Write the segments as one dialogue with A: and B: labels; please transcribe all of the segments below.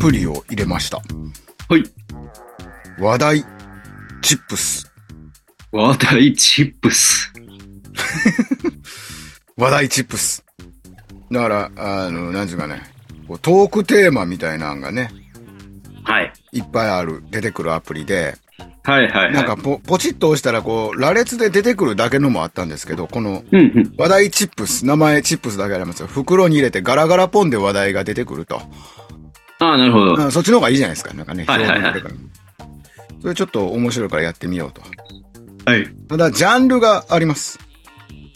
A: プリを入れました。
B: はい。
A: 話題、チップス。
B: 話題チップス。
A: 話題チップス。だから、あの、なんていうかね、こうトークテーマみたいなのがね、
B: はい。
A: いっぱいある、出てくるアプリで、
B: はいはいはい。
A: なんかポポチッと押したら、こう、羅列で出てくるだけのもあったんですけど、この、
B: うんうん。
A: 話題チップス、名前チップスだけありますよ。袋に入れてガラガラポンで話題が出てくると。
B: ああ、なるほど。
A: うんそっちの方がいいじゃないですか。なんかね、
B: はいはいはい
A: 表現が出るからそれちょっと面白いからやってみようと。
B: はい。
A: ただ、ジャンルがあります。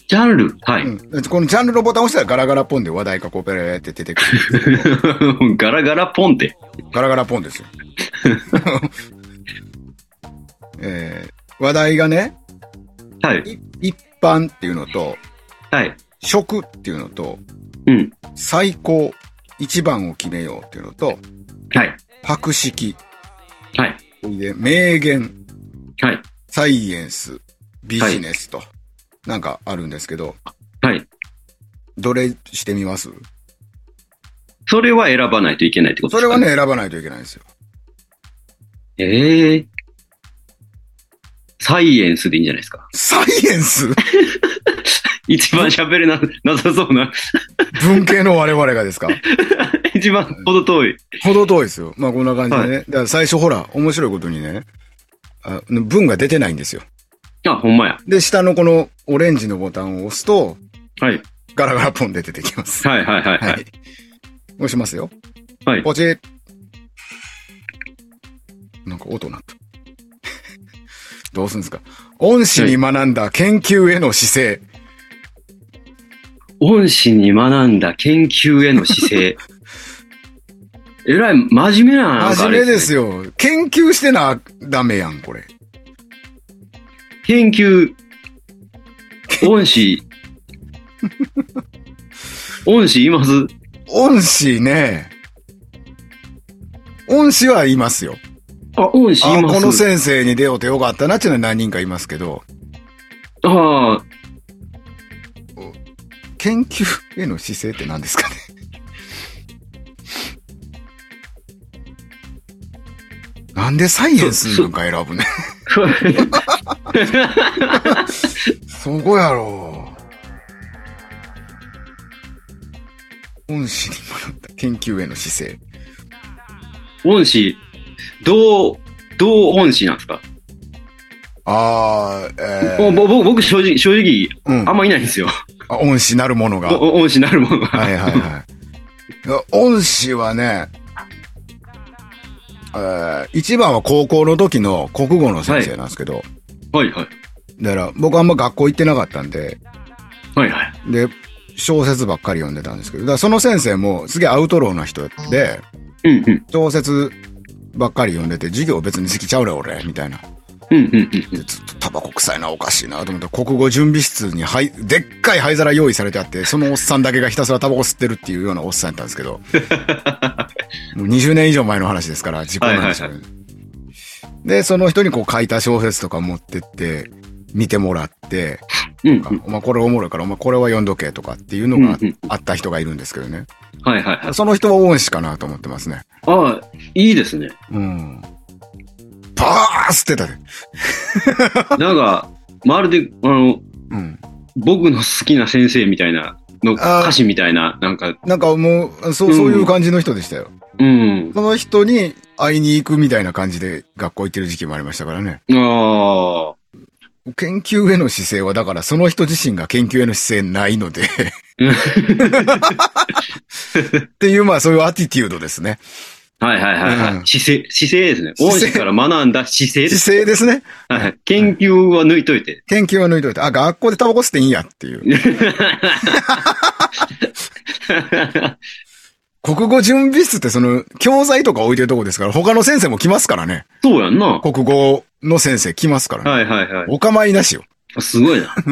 B: ジャンルは
A: う
B: い。
A: ん。このジャンルのボタンを押したらガラガラポンで話題がこうペラペラって出てくるんですけ
B: ガラガラポンって。
A: ど。ガラガラポンですよ。 えー話題がね、
B: はい。
A: い一般っていうのと、
B: はい。
A: 食っていうのと、
B: うん。
A: 最高、一番を決めようっていうのと、
B: はい。
A: 博識、
B: はい。
A: それで名言、
B: はい。
A: サイエンス、ビジネスと、なんかあるんですけど、
B: はい。
A: どれしてみます
B: それは選ばないといけないってこと
A: そ
B: です
A: れは。
B: か
A: ね、選ばないといけないんですよ。
B: ええサイエンスでいいんじゃないですか。
A: サイエンス
B: 一番喋れな、なさそうな、
A: 文系の我々がですか
B: 一番ほど遠い。
A: ほど遠いですよ。まあこんな感じでね。だから最初ほら、面白いことにね、あ文が出てないんですよ。
B: あ、ほんまや。
A: で、下のこのオレンジのボタンを押すと、
B: はい。
A: ガラガラポンで出てきます。
B: はいはいはいはい。。
A: 押しますよ。
B: はい。
A: ポチッなんか音鳴った。 どうすんですか恩師に学んだ研究への姿勢。
B: 恩師に学んだ研究への姿勢。 えらい真面目ななんか
A: 真
B: あ
A: 面
B: れ
A: 目です
B: ね。
A: よ。研究してな、ダメやん、これ。
B: 研究、恩師、恩師います
A: 恩師ね。恩師はいますよ。
B: あ、恩師
A: あ
B: い
A: こ
B: ま
A: の
B: す
A: 先生に出ようてよかったなっていうのは何人かいますけど、
B: あ あ、
A: 研究への姿勢って何ですかね。なんでサイエンスなんか選ぶねそこやろ恩師に学んだ研究への姿勢。
B: 恩師、どう、どう恩師なんですか、
A: ああ、え
B: もう
A: ー、
B: ぼ僕、僕正直、正直、
A: うん
B: あん。まいないんですよ。
A: あ恩師なるものが。は
B: お恩師なるものが。
A: いはいはいいや。恩師はね、えー、一番は高校の時の国語の先生なんですけど、
B: はいはい。
A: だから僕あんま学校行ってなかったんで、
B: はいはい。
A: で、小説ばっかり読んでたんですけど、だからその先生もすげえアウトローな人で、
B: うんうん。
A: 小説ばっかり読んでて、授業別に好きちゃうね、俺、みたいな。
B: うんうんうんう
A: で、ずっとタバコ臭いな、おかしいなと思ったら、国語準備室にはい、でっかい灰皿用意されてあって、そのおっさんだけがひたすらタバコ吸ってるっていうようなおっさんやったんです けど、もう20年以上前の話ですから、時効の話だけどで、その人にこう書いた小説とか持ってって、見てもらって、
B: ん。うんうん。
A: お前これおもろいから、お前これは読んどけとかっていうのが
B: うんうん
A: あった人がいるんですけどね。
B: はいはいはい。
A: その人は恩師かなと思ってますね。
B: ああ、いいですね。
A: うん。バー吸ってたで。
B: なんか、まるで、あの、
A: うん。
B: 僕の好きな先生みたいな、の
A: あー
B: 歌詞みたいな、なんか、
A: なんかもう、そう、そういう感じの人でしたよ。
B: うん。
A: その人に会いに行くみたいな感じで学校行ってる時期もありましたからね。
B: ああ、
A: 研究への姿勢は、だからその人自身が研究への姿勢ないので
B: うん。
A: っていう、まあそういうアティテュードですね。
B: はいはいはいはい。
A: うん
B: 姿勢、姿勢ですね。
A: 姿
B: 恩
A: 勢
B: 師から学んだ姿勢です。
A: 姿勢ですね。
B: はいはい。研究は抜いといて。
A: 研究は抜いといて、あ、学校でタバコ吸っていいんやっていう。国語準備室ってその、教材とか置いてるとこですから、他の先生も来ますからね。
B: そうやんな。は
A: 国語の先生来ますからね。
B: いはいはい。
A: お構いなしよ。
B: すごいな。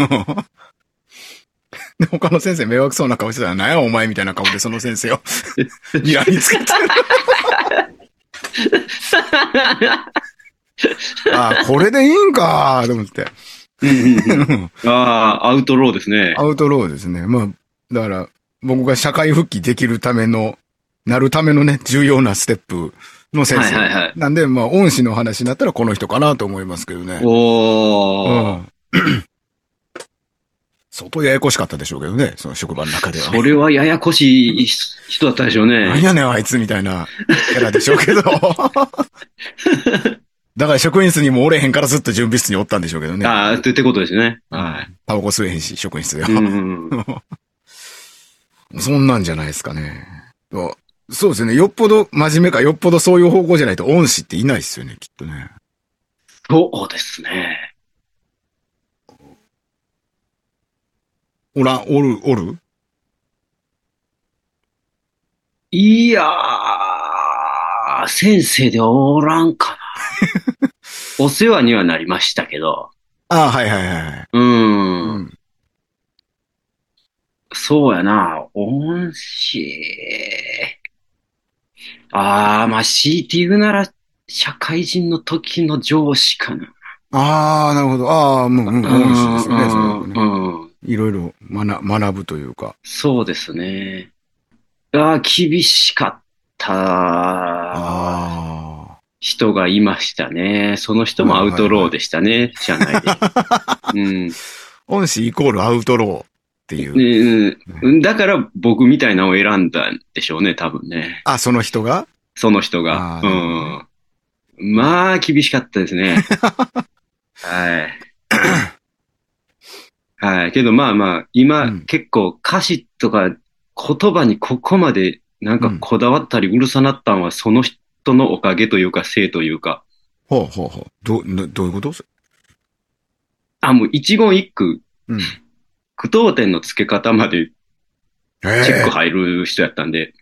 A: で、他の先生迷惑そうな顔してたら、なんやお前みたいな顔でその先 生を睨みつけてる。ああ、これでいいんかーと思って。
B: うんうんうんああ、アウトローですね。
A: アウトローですね。まあ、だから、僕が社会復帰できるための、なるためのね、重要なステップの先生。
B: はいはいはい
A: なんで、まあ、恩師の話になったらこの人かなと思いますけどね。
B: お
A: う
B: ー。
A: ん。 相当ややこしかったでしょうけどね、その職場の中では。
B: それはややこしい人だったでしょう
A: なん
B: ね。
A: やねん、あいつみたいなキャラでしょうけ ど。だから職員室にもおれへんからずっと準備室におったんでしょうけどね。
B: ああ、とってことですね。は
A: タバコ吸えへんし、職員室では。
B: い。うん。
A: そんなんじゃないですかね。あそうですね。よっぽど真面目か、よっぽどそういう方向じゃないと恩師っていないですよね、きっとね。
B: そうですね。
A: おらん、おる、おる
B: いやー、先生でおらんか な。お世話にはなりましたけど。
A: ああ、はいはいはい。
B: う。
A: うんん。
B: そうやな。恩師。あー、まあ、強いて言うなら、社会人の時の上司かな。
A: ああ、なるほど。ああ、うんうん、恩師ですよね。その
B: う
A: ね
B: ん。うん
A: いろいろ学学ぶというか。
B: そうですね。ああ、厳しかった
A: あ
B: 人がいましたね。その人もアウトローでしたね、社内 で。うん
A: あ。恩師イコールアウトローっていう。
B: ねうん。だから僕みたいなのを選んだんでしょうね、多分ね。
A: あ、その人が
B: その人が
A: あ。ー
B: うん。まあ、厳しかったで すね。はい。はい。けどまあまあ、今、
A: うん
B: 結構歌詞とか言葉にここまでなんかこだわったりうるさなったんはその人のおかげというか、せいというか。
A: ほうほうほう。ど、などういうこと
B: あ、もう一言一句、
A: うん。
B: 句読点の付け方まで
A: え
B: チェック
A: え
B: 入る人やったんで。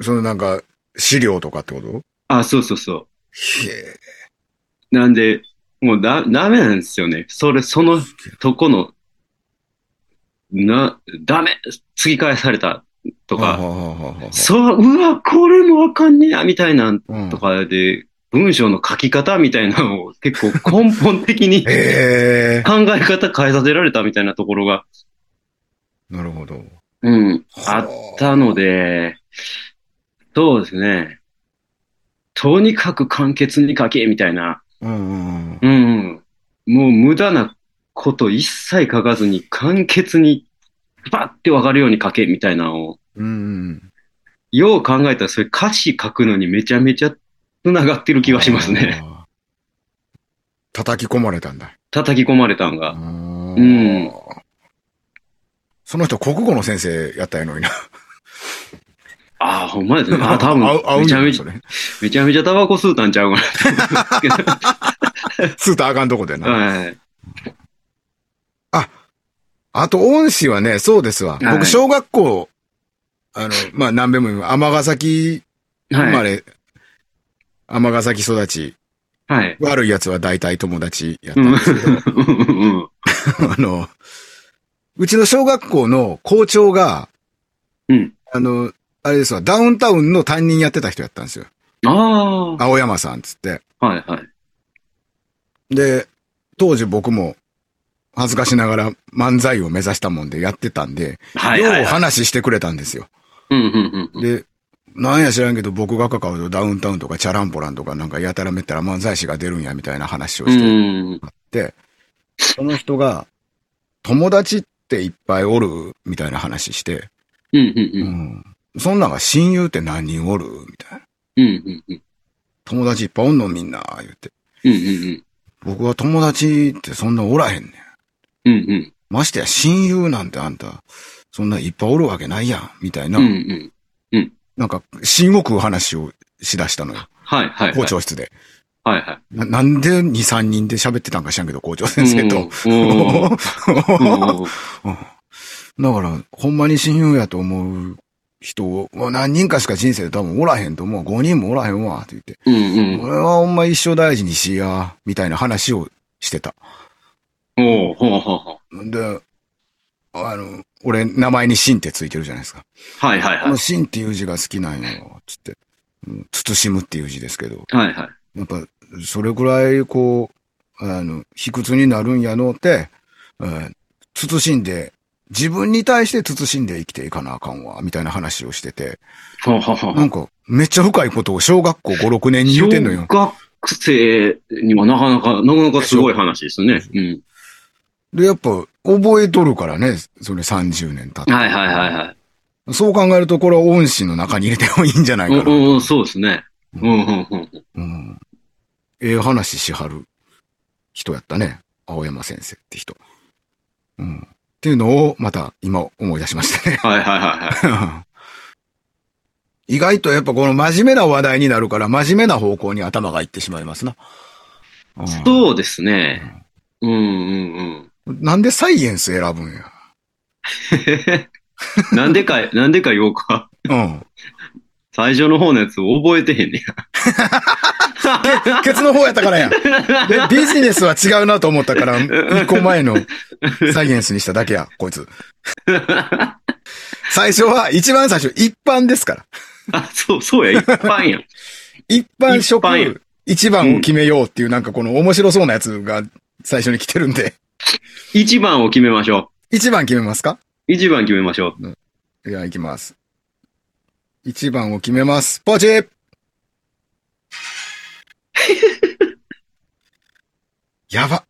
A: そのなんか、資料とかってこと
B: あ、そうそうそう。
A: へえ。
B: なんで、もうだ、ダメなんですよね。それ、そのとこの、な、ダメ、突き返されたと
A: は
B: か、
A: あはあはあはあ
B: そう、うわ、これもわかんねえな、みたいなん
A: うん
B: とかで、文章の書き方みたいなのを結構根本的に考 え
A: ええ
B: 方変えさせられたみたいなところが、
A: なるほど。
B: うん、
A: はあ
B: あったので、そうですね。とにかく簡潔に書け、みたいな。
A: うんうんうん。
B: うんうん。もう無駄なこと一切書かずに簡潔にバッてわかるように書けみたいなのを、
A: うん。
B: よう考えたらそれ歌詞書くのにめちゃめちゃ繋がってる気がしますね。
A: あー。叩き込まれたんだ。
B: 叩き込まれたん
A: う
B: が。
A: ん
B: うん
A: その人、国語の先生やったやのにな。
B: ああ、ほんまですね。ああ、多分
A: 合う、合う
B: め
A: ん
B: ち
A: や
B: ゃ
A: ろ
B: めち
A: そ
B: ゃ、
A: れ。
B: めちゃめちゃタバコ吸うたんちゃうかなと思うんです
A: スーターあかんとこで
B: け
A: な。
B: ど。 はい。
A: あと、恩師はね、そうですわ。
B: はい
A: 僕、小学校、あの、まあ、何べも言う、尼崎生ま
B: はい。
A: れ、尼崎育ち、
B: はい。
A: 悪い奴は大体友達やっ
B: う
A: た
B: ん
A: んですけど、
B: うん。
A: あの、うちの小学校の校長が、
B: うん
A: あの、あれですわ、ダウンタウンの担任やってた人やったんですよ。
B: あ
A: 青山さんっつって。
B: あ、はいはい。
A: で、当時僕も、恥ずかしながら漫才を目指したもんでやってたんで、
B: はいは
A: よ
B: い
A: う
B: はい。
A: 話してくれたんですよ。
B: うんうんうんうん。
A: で、なんや知らんけど僕が関わるとダウンタウンとかチャランポランとかなんかやたらめったら漫才師が出るんやみたいな話を
B: う
A: して、
B: ん。
A: その人が、友達っていっぱいおるみたいな話して、
B: うんうんうん。
A: うんそんなんが親友って何人おるみたいな。
B: うんうんうん。
A: 友達いっぱいおんのみんな、言って。
B: うんうん
A: 僕は友達ってそんなおらへんねん。
B: うん。うんうん。
A: ましてや親友なんてあんた、そんないっぱいおるわけないやん、みたいな、
B: うんうん。
A: なんか、新を食う話をしだしたのよ。
B: はいはいはい。
A: 校長室で。
B: はいはい。
A: ななんで2、3人で喋ってたんか知らんけど、校長先生と。
B: うん。うん
A: だから、ほんまに親友やと思う人を、もう何人かしか人生で多分おらへんと思う。5人もおらへんわ、って言って。
B: うんうん。
A: 俺はほんま一生大事にしや、みたいな話をしてた。
B: おーほうほうほう
A: で、あの、俺、名前にシンってついてるじゃないですか。
B: はいはい
A: こ
B: はい
A: の。シンっていう字が好きなんよ、つって。うん慎むっていう字ですけど、
B: はいはい。
A: やっぱ、それくらい、こう、あの、卑屈になるんやのって、うん、慎んで自分に対して慎んで生きていかなあかんわ、みたいな話をしてて、
B: ははは
A: なんか、めっちゃ深いことを小学校5、6年 に言うてんのよ。
B: 小学生にはなかなか、なかなかすごい話ですね。うん。
A: で、やっぱ、覚えとるからね、それ30年経って。
B: はいはいはいはい。
A: そう考えると、これは恩師の中に入れてもいいんじゃないか
B: う
A: な。
B: んうん、そうですね。うんうんうん。
A: うん。ええ話しはる人やったね。青山先生って人。うん。っていうのを、また、今思い出しましたね。
B: はいはいはいはい。
A: 意外とやっぱこの真面目な話題になるから、真面目な方向に頭がいってしまいますな。うん
B: そうですね。うんうんうん。
A: なんでサイエンス選ぶんや。
B: なんでか、なんでかようか、
A: うん。
B: 最初の方のやつ覚えてへんね
A: ケツの方やったからやん。で、ビジネスは違うなと思ったから、一個前のサイエンスにしただけや、こい つ。
B: や。
A: 最初は、一番最初、一般ですから。
B: あ、そう、そうや、一般やん。
A: 一般職
B: 一般や、
A: 一番を決めようっていう、なんかこの面白そうなやつが最初に来てるんで、
B: 一番を決めましょ
A: 一番決めますか
B: う。一番決めましょう。
A: じゃあ、行きます。一番を決めます。ポ チやば。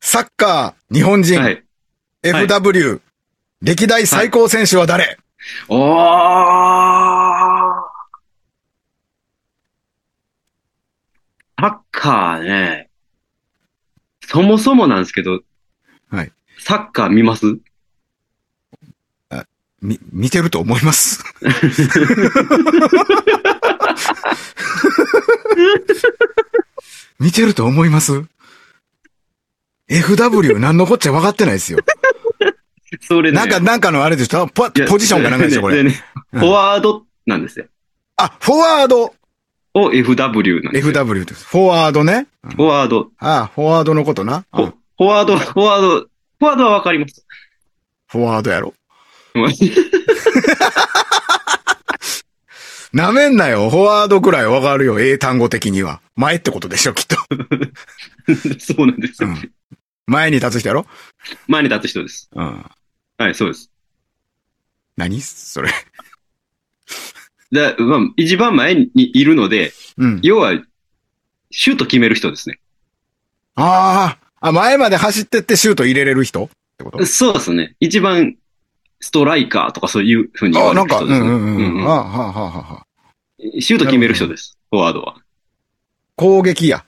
A: サッカー、日本人、
B: はい。
A: FW、歴代最高選手は誰、
B: おーサッカーね。そもそもなんですけど、
A: はい。
B: サッカー見ます
A: み、見てると思い ます。見てると思います ?FW 何のこっちゃ分かってないですよ。
B: それね。
A: なんか、なんかのあれでしょポ
B: いや
A: ポジションかなんかでしょこれ。
B: ねフォワードなんですよ。
A: あ、フォワード
B: を FW なんですよ。
A: !FW です。フォワードね。
B: フォワード。
A: あフォワードのことな。う
B: フ
A: ん
B: ォフォワード、フォワード、フォワードはわかります。
A: フォワードやろ。
B: うん
A: なめんなよ。フォワードくらい分かるよ。英単語的には。前ってことでしょ、きっと。
B: そうなんですよ。
A: うん前に立つ人やろ
B: 前に立つ人です。
A: うん。
B: はい、そうです。
A: 何それ。
B: で、まあ、一番前にいるので、
A: うん。
B: 要は、シュート決める人ですね。
A: ああ、あ、前まで走ってってシュート入れれる人ってこと
B: そうですね。一番、ストライカーとかそういうふうに言
A: あ
B: わ
A: あ、
B: れ
A: な
B: る
A: んか、う
B: 人
A: ん
B: です
A: う
B: ね。
A: んうん。
B: う
A: あ
B: ん
A: あ、はあ、はあ、はあ。
B: うんシュート決める人です。フォワードは。
A: 攻撃や。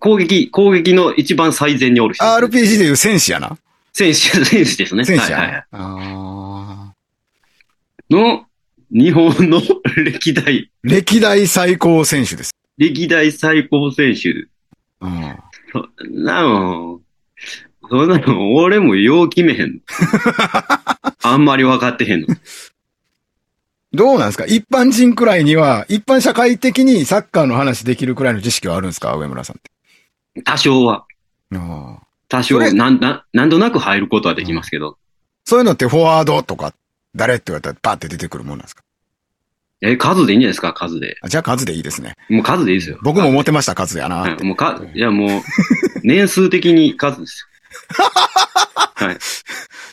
B: 攻撃、攻撃の一番最前におる人ですね。
A: RPG でいう戦士やな。
B: 選手、選手ですね。
A: 戦士や
B: はいはいはい
A: な。ああ。
B: の、日本の 歴代、
A: 歴代最高選手です。
B: 歴代最高選手。
A: うん。
B: そんなの、そんなの、俺もよう決め へんの。あんまり分かってへんの。
A: どうなんですか一般人くらいには、一般社会的にサッカーの話できるくらいの知識はあるんですか上村さんって。
B: 多少は、
A: ああ。そ
B: 多少、
A: れ
B: なん、なん、なんとなく入ることはできますけど。
A: そういうのってフォワードとか、誰って言われたらパーって出てくるもんなんですか
B: え、数でいいんじゃないですか数で。
A: あじゃあ数でいいですね。
B: もう数でいいですよ。
A: 僕も思ってました、数やな
B: は
A: っ
B: い、
A: て。
B: もうか、いやもう、年数的に数です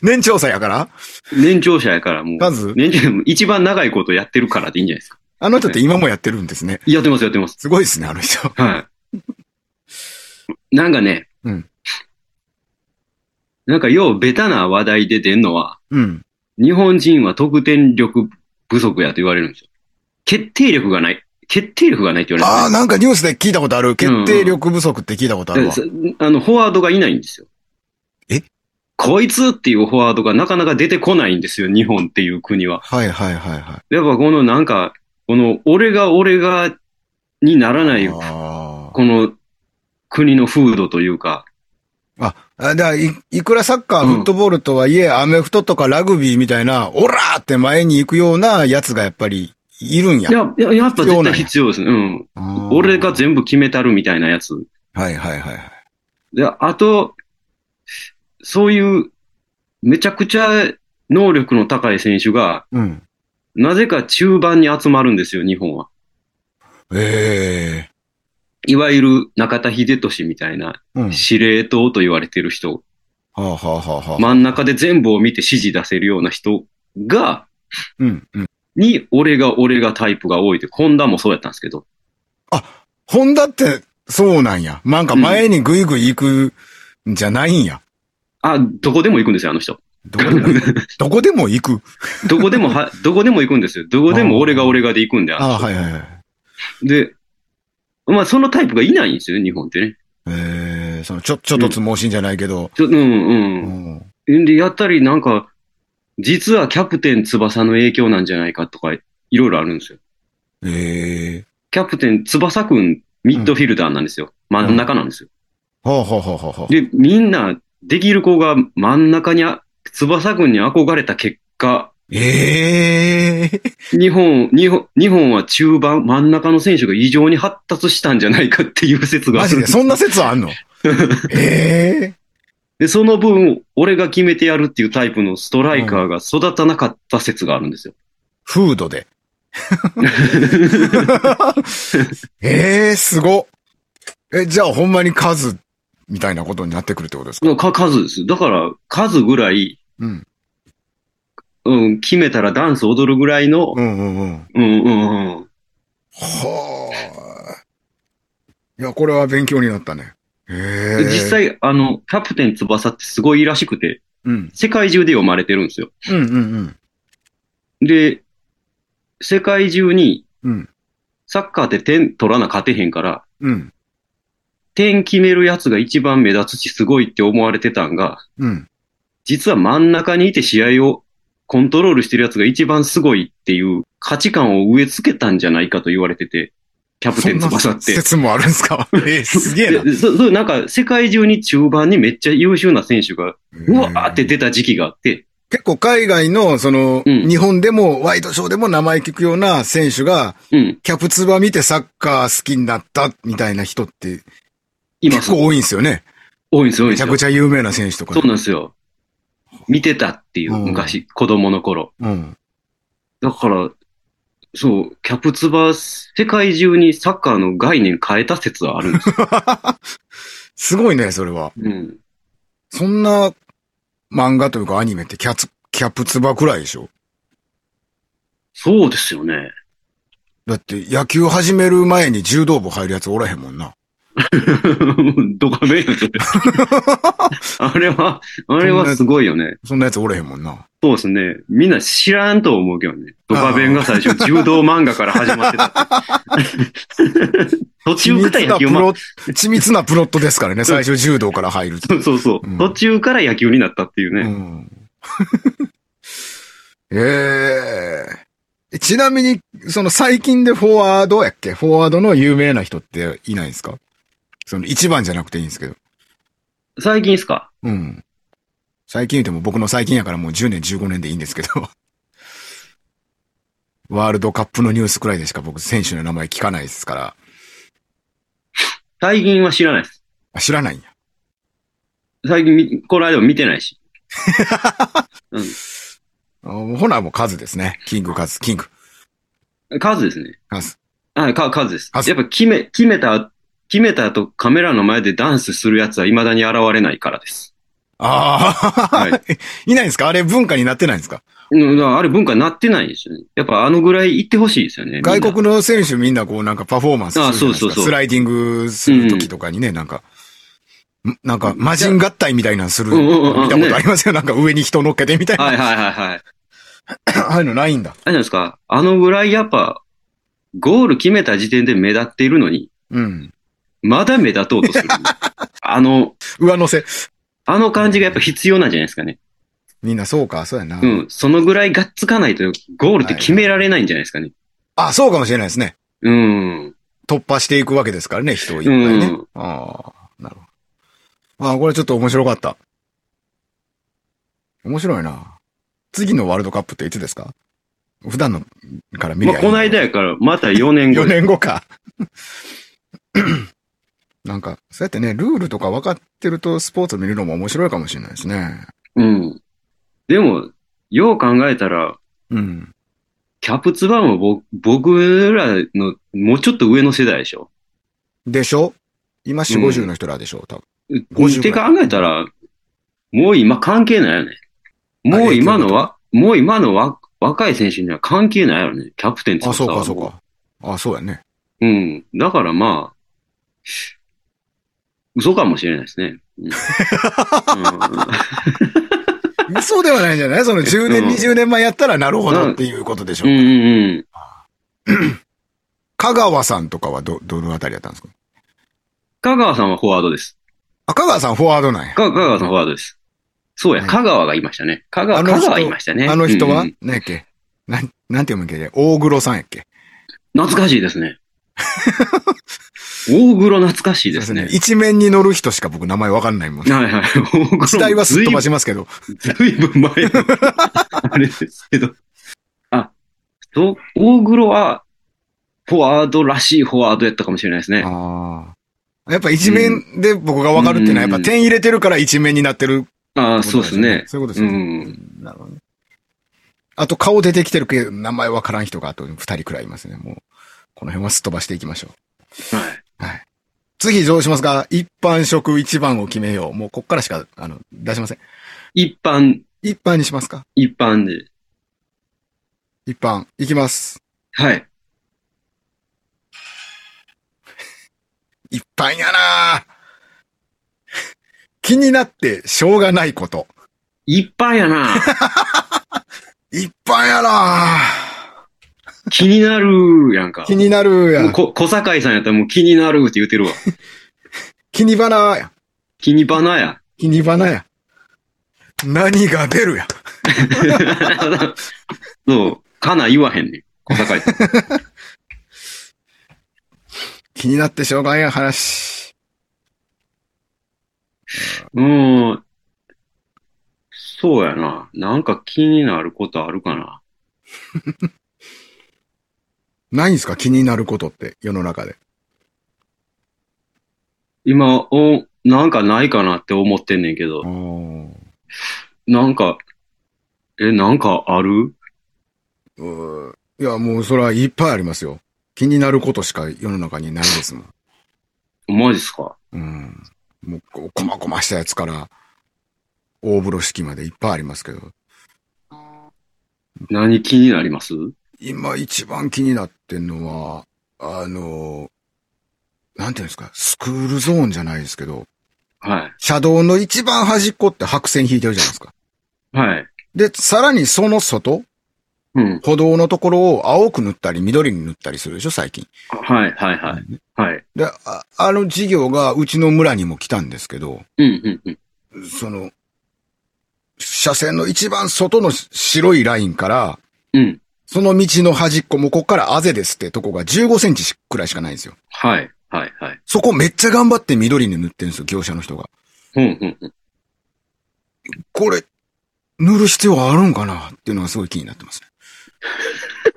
A: 年長者やから
B: よ。年長者やからもう、
A: 数
B: 年長者、一番長いことやってるからでいいんじゃないですか。
A: あの人って今もやってるんですね。
B: やってます、やってます。
A: すごいですね、あの人。
B: はい。なんかね、
A: うん
B: なんかようベタな話題で出んのは、
A: うん。
B: 日本人は得点力不足やと言われるんですよ。決定力がない。決定力がないって言
A: あ
B: わ
A: あ、
B: れるん
A: なんかニュースで聞いたことある。決定力不足って聞いたことあるわ
B: です。よ。でそあの、フォワードがいないんですよ。
A: え
B: こいつっていうフォワードがなかなか出てこないんですよ、日本っていう国は。
A: はいはいはいはい。
B: やっぱこのなんか、この、俺が俺がにならない、こ
A: あ
B: の国の風土というか、
A: ーあ。あ、だからい、いくらサッカー、フットボールとはいえ、アメフトとかラグビーみたいな、オラーって前に行くようなやつがやっぱりいるんや
B: い。や、いややっぱ
A: 必要
B: 絶
A: なん
B: 対
A: や
B: 必要ですね。うん。
A: あー
B: 俺が。全部決めたるみたいなやつ。
A: はいはいはいはい。
B: で、あと、そういう、めちゃくちゃ能力の高い選手が、
A: うん。
B: なぜか中盤に集まるんですよ、日本は。
A: え
B: いわゆる中田秀俊みたいな
A: えうん。
B: 司令塔と言われてる人
A: はあはあはあはあ。
B: 真ん中で全部を見て指示出せるような人が、
A: うんうん。
B: に、俺が俺がタイプが多いって、ホンダもそうやったんですけど、
A: ホンダって、そうなんや。なんか前にグイグイ行くんじゃないんや。
B: あ、どこでも行くんですよ、あの人。
A: どこでも、どこでも行く。
B: どこでもは、どこでも行くんですよ。どこでも俺が俺がで行くんで、
A: あ
B: あ
A: あ、はいはいはい。
B: ので、まあ、そのタイプがいないんですよね、日本ってね。
A: えー、その、ちょ、ちょっとつ盲信じゃないけど。
B: ちょうん
A: う
B: うんん。で、やったり、なんか、実はキャプテン翼の影響なんじゃないかとか、いろいろあるんですよ。
A: え
B: キャプテン翼くん、ミッドフィルダーなんですよ。真ん中なんですよ。
A: ー、はあはあはあはあはあ。
B: で、みんな、できる子が真ん中にあ、翼くんに憧れた結果、
A: えー、
B: 日本、日本、日本は中盤、真ん中の選手が異常に発達したんじゃないかっていう説があ
A: マ
B: る
A: ジで、そんな説 あんのえ
B: で、その分、俺が決めてやるっていうタイプのストライカーが育たなかった説があるんですよ。
A: ー、フード で。えー、すごっ。え、じゃあほんまに数みたいなことになってくるってことですか
B: か数です。だから、数ぐらい、
A: うん。
B: うん、決めたらダンス踊るぐらいの、
A: うんうんうん。
B: うんうんうん。
A: はあ。いや、これは勉強になったね。ええ
B: で実、際、あの、キャプテン翼ってすごいらしくて、
A: うん。
B: 世界中で読まれてるんですよ。
A: うんうんうん。
B: で、世界中に
A: うん。
B: サッカーって点取らな勝てへんから、
A: うん。
B: 点決めるやつが一番目立つしすごいって思われてたんが、
A: うん。
B: 実は真ん中にいて試合をコントロールしてるやつが一番すごいっていう価値観を植え付けたんじゃないかと言われてて、キャプテン翼っ
A: そんな
B: て。
A: 説もあるんですかえー、すげえな。
B: でそうそうなんか世界中に中盤にめっちゃ優秀な選手が、うわーって
A: えー
B: 出た時期があって、
A: 結構海外の、その、
B: うん
A: 日本でもワイドショーでも名前聞くような選手が、
B: うん、
A: キャプツバ見てサッカー好きになったみたいな人って
B: 今
A: 結構多いんですよね。
B: 多いんですよ、多いん
A: めち
B: です
A: ゃ
B: よ
A: く。ちゃ有名な選手とか
B: そ
A: ね。
B: うなんですよ。見てたっていう、
A: うん
B: 昔、子供の頃。
A: うん。
B: だから、そう、キャプツバ、世界中にサッカーの概念変えた説はあるんで すよ。
A: すごいね、それは。
B: うん。
A: そんな漫画というかアニメってキャツ、キャプツバくらいでしょ
B: そうですよね。
A: だって野球始める前に柔道部入るやつおらへんもんな。
B: ドカベンやそれ あれは、あれはすごいよね。
A: そんなやつおらへんもんな。
B: そうですね。みんな知らんと思うけどね。ドカベンが最初、柔道漫画から始まってたって。途
A: 緻
B: 中から
A: 密なプ
B: 野球漫
A: ロ、緻密なプロットですからね、最初柔道から入るって。
B: 画。そうそう。
A: うん
B: 途中から野球になったっていう
A: う
B: ね。
A: ん。 ええちなみに、その最近でフォワードやっけフォワードの有名な人っていないんですかその一番じゃなくていいんですけど。
B: 最近ですか
A: うん。最近言うても僕の最近やからもう10年15年でいいんですけど。 ワールドカップのニュースくらいでしか僕選手の名前聞かないですから。
B: 最近は知らないです。
A: あ知らないんや。
B: 最近み、この間も見てないし。
A: あほなもうカズですね。キングカズ、キング。
B: 数ですね。
A: カズ。
B: はい、か、数です
A: 数。
B: やっぱ決め、決めた、決めた後カメラの前でダンスするやつは未だに現れないからです。
A: ああ、、
B: はい
A: ないんですかあれ文化になってないんですか
B: うん、だからあれ文化になってないんですよね。やっぱあのぐらい行ってほしいですよね。みんな
A: 外国の選手みんなこうなんかパフォーマンスするじゃないですか。
B: あそうそうそう
A: スライディングするときとかにね、なんか、んなんか魔人合体みたいなのする。
B: うんうんうんうん
A: 見たことありますよ、なんか上に人乗っけてみたいな。
B: はいはいはいはい。あれ じ
A: ああいうのないんだ。
B: ゃないですか。あのぐらいやっぱ、ゴール決めた時点で目立っているのに、
A: うん。
B: まだ目立と うとする。あの、
A: 上乗せ。
B: あの感じがやっぱ必要なんじゃないですかね。
A: みんなそうか、そうやな。
B: うん。そのぐらいがっつかないと、ゴールって決められないんじゃないですかね。
A: あ、そうかもしれないですね。
B: うん。
A: 突破していくわけですからね、人をいっ
B: う
A: ぱいね。
B: ん。
A: ああ、なるほど。ああ、これちょっと面白かった。面白いな。次のワールドカップっていつですか普段のから見り
B: ま
A: ゃ
B: あ、
A: いい
B: この間やから、また4年後
A: 4 。年後か。 なんか、そうやってね、ルールとか分かってるとスポーツ見るのも面白いかもしれないですね。
B: うん。でも、よう考えたら、
A: うん。
B: キャプツバも僕僕らのもうちょっと上の世代でしょ。
A: でしょ今4、
B: うん
A: 50の人らでしょ多分。
B: う
A: 50
B: って考えたら、もう今関係ないよね。もう今のは、もう今のわ若い選手には関係ないよね。キャプテン
A: あ、
B: 翼
A: そう
B: は
A: か、そうか。あ、そうやね。
B: うん。だからまあ、嘘かもしれないですね。 うんうん
A: そうではないんじゃないその10年、
B: うん
A: 20年前やったらなるほ
B: う
A: ど
B: ん
A: っていうことでしょ
B: うん。うん
A: 香川さんとかはど、どのあたりだったんですか
B: 香川さんはフォワードです。
A: あ、香川さんフォワードなんや。
B: か香川さんフォワードです。そうや、
A: はい
B: 香川がいましたね。香
A: あ
B: 川、
A: の人
B: 香川いましたね。
A: あの人は、
B: うんう
A: ね
B: ん
A: やっけなん、なんて読むんやっけ大黒さんやっけ
B: 懐かしいで すね。大黒懐かしいですね。
A: 一面に乗る人しか僕名前わかんないもん。
B: はいはい。大黒 も
A: 時代はすっ飛ば
B: ず
A: しますけど。
B: いぶんずいぶん前の あれですけど。あ、そう大黒は、フォワードらしいフォワードやったかもしれないですね。
A: ああ。やっぱ一面で僕がわかるっていうのは、
B: うん
A: やっぱ点入れてるから一面になってる、
B: ああ、そうですね。
A: そういうことですね。なるほどね。あと顔出てきてるけど、名前わからん人があと二人くらいいますね。もう、この辺はすっ飛ばしていきましょう。
B: はい。
A: 次どうしますか一般職一番を決めよう。もうこっからしか、あの、出しません。
B: 一般、
A: 一般にしますか
B: 一般で。
A: 一般。いきます。
B: はい。
A: 一般やなぁ 気になってしょうがないこと。
B: 一般や な。
A: 一般やな
B: 気になるやん
A: ぁ
B: か。
A: 気になるや。
B: もうんこ小堺さんやったらもう気になるって言ってるわ。
A: 気にばなや。
B: 気にバナ や。
A: 気にばなや。何が出るや。
B: そう。かな言わへんねん。小堺 さん。
A: 気になってしょうがない話。
B: もう、そうやな。なんか気になることあるかな。
A: ないんすか気になることって、世の中で。
B: 今、お、なんかないかなって思ってんねんけど。
A: う
B: なんか、え、なんかある
A: ーいや、もうそれはいっぱいありますよ。気になることしか世の中にないですもん。
B: マジっすか
A: うん。もう、こう、こまこましたやつから、大風呂敷までいっぱいありますけど、
B: 何気になります
A: 今一番気になってんのは、あの、なんていうんですか、スクールゾーンじゃないですけど、
B: は
A: 車道の一番端っこって白線引いてるじゃないですか。
B: い。はい。
A: で、さらにその外、
B: うん。
A: 歩道のところを青く塗ったり緑に塗ったりするでしょ、最近。
B: はい、はい、はい。はい。
A: で、ああの事業がうちの村にも来たんですけど、
B: うん、うん、うん。
A: その、車線の一番外の白いラインから、
B: うん。
A: その道の端っこ、もうこっからあぜですってとこが15センチくらいしかないんですよ。
B: はい、はい、はい。
A: そこめっちゃ頑張って緑に塗ってるんですよ、業者の人が。
B: うん、うん、うん。
A: これ、塗る必要あるんかなっていうのがすごい気になってますね。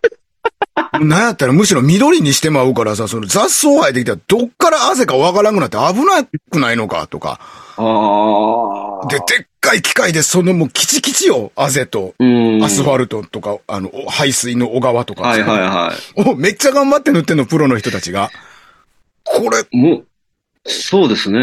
A: なんやったらむしろ緑にしてまうからさ、その雑草生えてきたらどっから汗かわからんくなって危なくないのかとか。
B: ああ。
A: で、でっかい機械でそのもうキチキチよ、汗と
B: うん。
A: アスファルトとか、あの、お排水の小川とか。
B: はいはいは
A: お、めっちゃ頑張って塗ってんの、プロの人たちが。これ、
B: い。もう、そうで すね。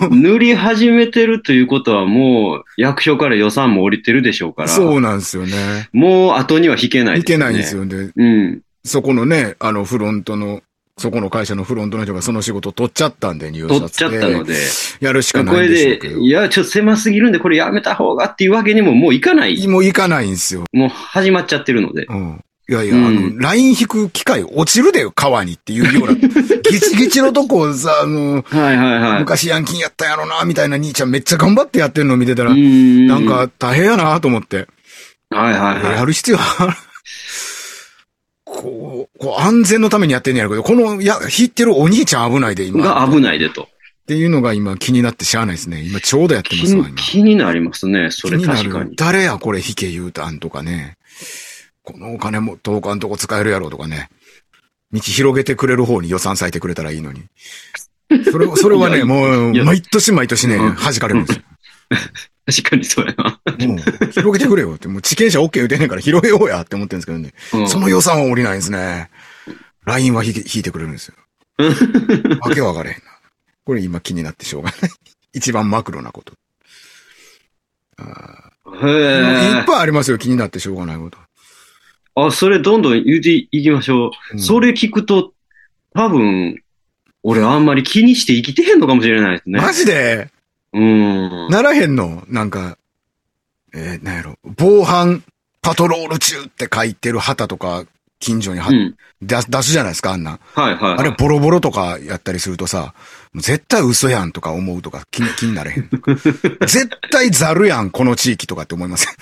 A: もう、
B: 塗り始めてるということはもう、役所から予算も降りてるでしょうから、
A: そうなんですよね。
B: もう後には引けない
A: いけないんです
B: よ。
A: よね。
B: うん。
A: そこのね、あの、フロントの、そこの会社のフロントの人がその仕事取っちゃったんで、入
B: 取
A: 社
B: っちゃったので、
A: やるしか
B: こ
A: ない
B: れ
A: んでしょうけ
B: で、
A: ど。
B: いや、ちょっと狭すぎるんで、これやめた方がっていうわけにももういかない。
A: もういかないんですよ。
B: もう始まっちゃってるので。
A: うん。いやいや、
B: うん
A: あの、ライン引く機械落ちるでよ、川にっていうよう な。ギチギチのとこをさ、あの、
B: はいはいはい。
A: 昔ヤンキーやったやろな、みたいな兄ちゃんめっちゃ頑張ってやってるの見てたら、
B: うん。
A: なん、か大変やなと思って。
B: はいはいはい。
A: やる必要ある。こう、こう安全のためにやってんねやろうけど、この、や、引いてるお兄ちゃん危ないで、今。
B: が危ないでと。
A: っていうのが今気になってしゃあないですね。今ちょうどやってま
B: 気
A: すわ、
B: に
A: 今。
B: 気になりますね、それ確かに。
A: 誰や、これ、引け言うたんとかね。このお金も、投函とこ使えるやろうとかね。道広げてくれる方に予算割いてくれたらいいのに。そ れ、それは
B: い
A: ね、
B: や
A: もう、
B: いや
A: 毎年毎年ね、
B: うん
A: 弾かれるんですよ。
B: 確かにそうやな。
A: もう、広げてくれよって、もう、地権者 OK 言うてんねんから広げようやって思ってるんですけどね。
B: うん
A: その予算は降りないんですね。ラインは引い引いてくれるんで すよ。 わけわかれへんな。これ今気になってしょうがない。一番マクロなこと。いっ
B: へえ。
A: ぱいありますよ、気になってしょうがないこと。
B: あ、それどんどん言うていきましょう。
A: うん
B: それ聞くと、多分、俺あんまり気にして生きてへんのかもしれないですね。
A: マジで
B: うん。
A: ならへんのなんか、えー、なんやろ。防犯パトロール中って書いてる旗とか、近所には、
B: うん。
A: 出す出すじゃないですか、あんなん。
B: はいはい。
A: あれボロボロとかやったりするとさ、もう絶対嘘やんとか思うとか気に気になれへん。絶対ザルやん、この地域とかって思いません。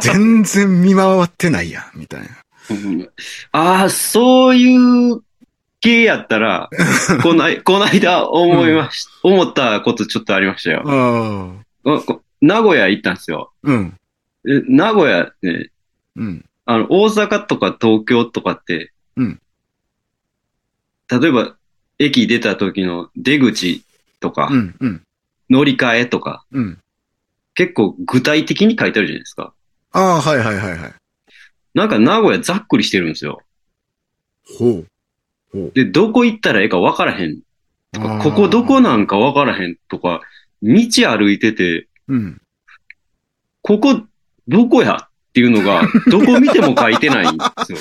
A: 全然見回ってないやん、みたいな。
B: うんああ、そういう系やっ たら、こない、こないだ思いまし、思ったことちょっとありましたよ。
A: うん。
B: ここ名古屋行ったんですよ。
A: うん。
B: え名古屋ね、
A: うん。
B: あの、大阪とか東京とかって、
A: うん
B: 例えば、駅出た時の出口とか、
A: うん。うん。
B: 乗り換えとか、
A: うん。
B: 結構具体的に書いてあるじゃないですか。
A: ああ、はいはいはいはい。
B: なんか名古屋ざっくりしてるんですよ。
A: ほう。
B: で、どこ行ったらええか分からへん
A: あー
B: ここどこなんかわからへんとか、道歩いてて、
A: うん。
B: ここどこやっていうのが、どこ見ても書いてないんです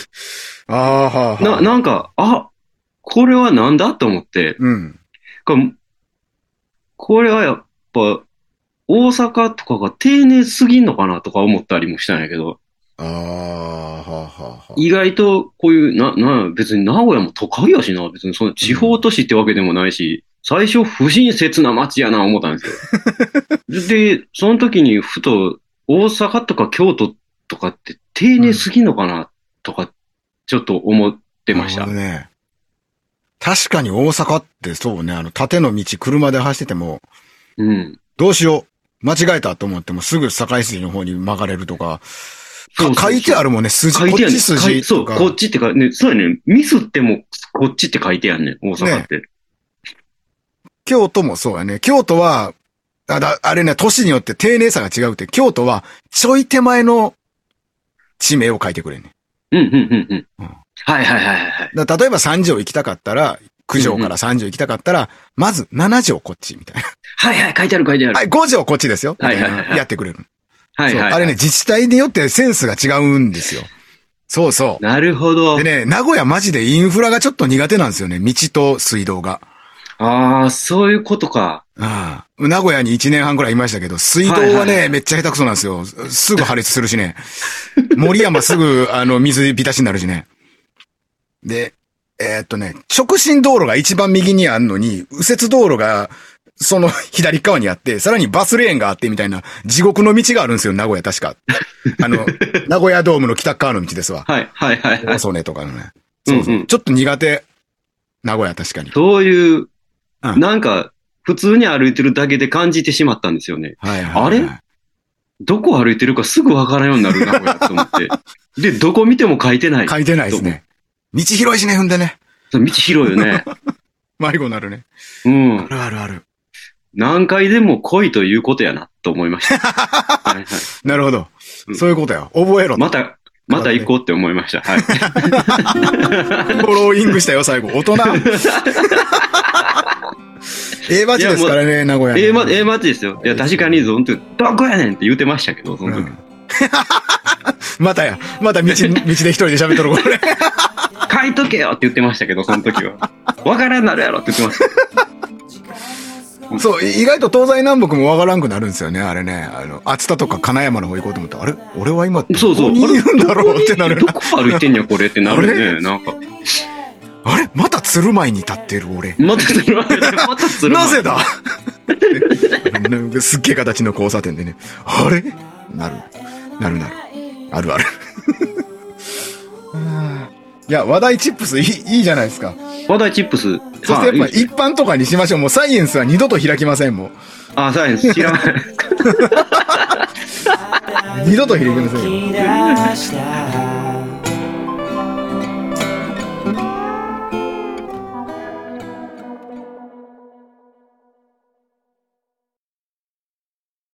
A: あ
B: よ。
A: あ、はあはあ。
B: な、なんか、あ、これはなんだと思って、
A: うん。
B: これこれはやっぱ、大阪とかが丁寧すぎんのかなとか思ったりもしたんやけど、
A: ああ、はあはあは
B: 意外とこういう、な、な、別に名古屋も都会やしな、別にその地方都市ってわけでもないし、最初不親切な街やな思ったんで すよ。で、その時にふと大阪とか京都とかって丁寧すぎんのかなとか、ちょっと思って
A: 出
B: ました。
A: ね。確かに大阪ってそうね、あの、縦の道車で走ってても、
B: うん。
A: どうしよう。間違えたと思ってもすぐ境筋の方に曲がれるとか、
B: そうそうそ
A: か
B: う
A: 書いてあるもんね、数字。
B: 書
A: こ
B: い
A: って
B: やんね
A: ち
B: ん。書い
A: 筋
B: そ
A: と
B: う、
A: か。
B: こっちってか、ね、そうやねん。ミスってもこっちって書いてやんねん、大阪って。
A: 京都もそうやね。京都は、あだあれね、都市によって丁寧さが違うって、京都はちょい手前の地名を書いてくれんね。
B: うん、うん、うん、う
A: うん
B: ん。はいはいはいはい。
A: だ例えば三条行きたかったら、九条から三条行きたかったら、まず七条こっちみたいな。
B: はいはい、書いてある書いてある。
A: はい、五条こっちですよ。みたい
B: はいはいはいは
A: ないやってくれる。
B: はい
A: そう
B: はい。
A: あれね、。自治体によってセンスが違うんですよ。そうそ
B: なるほど。
A: う。でね、名古屋マジでインフラがちょっと苦手なんですよね。道と水道が。
B: ああ、そういうことか。
A: ああ名古屋に1年半くらいいましたけど、水道はね、
B: はいはい
A: めっちゃ下手くそなんですよ。すぐ破裂するしね。 森山すぐ、あの、水浸しになるしね。で、えーっとね、直進道路が一番右にあんのに、右折道路が、その左側にあって、さらにバスレーンがあってみたいな、地獄の道があるんですよ、名古屋確か。あ の、名古屋ドームの北側の道ですわ。
B: はい、はい、はい、はい。
A: そうねとかのね。そうそう。
B: うんうん
A: ちょっと苦手。名古屋確かに。
B: そういう、
A: うん
B: なんか、普通に歩いてるだけで感じてしまったんですよね。
A: はいはいはい、
B: あれどこ歩いてるかすぐわからんようになるな、これ、と思 って。で、どこ見ても書いてない。
A: 書いてないですね。 道広いしね、踏んでね。
B: 道広いよ ね。
A: 迷子なるね。
B: うん。
A: るあるある。
B: 何回でも来いということやな、と思いました。はいはい
A: なるほど
B: う。ん
A: そういうことよ。覚えろ。
B: また、また行こうって思いました。 はい。
A: フォローイングしたよ、最 後。大人。A マジですからね、名古屋の。
B: ええま、ええ街ですよ。いや、確かに、どんと、どこやねんって言ってましたけど、その
A: う
B: 時。
A: ん またや。ま た道、道で一人で喋っとる、これ。
B: 書いとけよって言ってましたけど、その時は。わからんなるやろって言ってました。
A: そう、意外と東西南北もわからんくなるんですよね、あれね。あの、厚田とか金山の方行こうと思ったら、あれ俺は今、ど
B: そうそ
A: こ
B: う。
A: にいるんだろ
B: あ
A: う
B: れ
A: ってなる
B: ど。こ歩いてんや、これってなる
A: あ
B: ね。なんか。
A: あれ また鶴舞に立ってる、俺。
B: またつるま、またつるま。
A: なぜだなんかすっげえ形の交差点でね、あれなる、なるなる。あるある。 いや、話題チップスいいいいじゃないですか。
B: 話題チップス。
A: そしてやっぱ
B: はい
A: 一般とかにしましょう。もうサイエンスは二度と開きません、もう。
B: あ、そうです。知らない。
A: 二度と開きませんよ。
C: き出した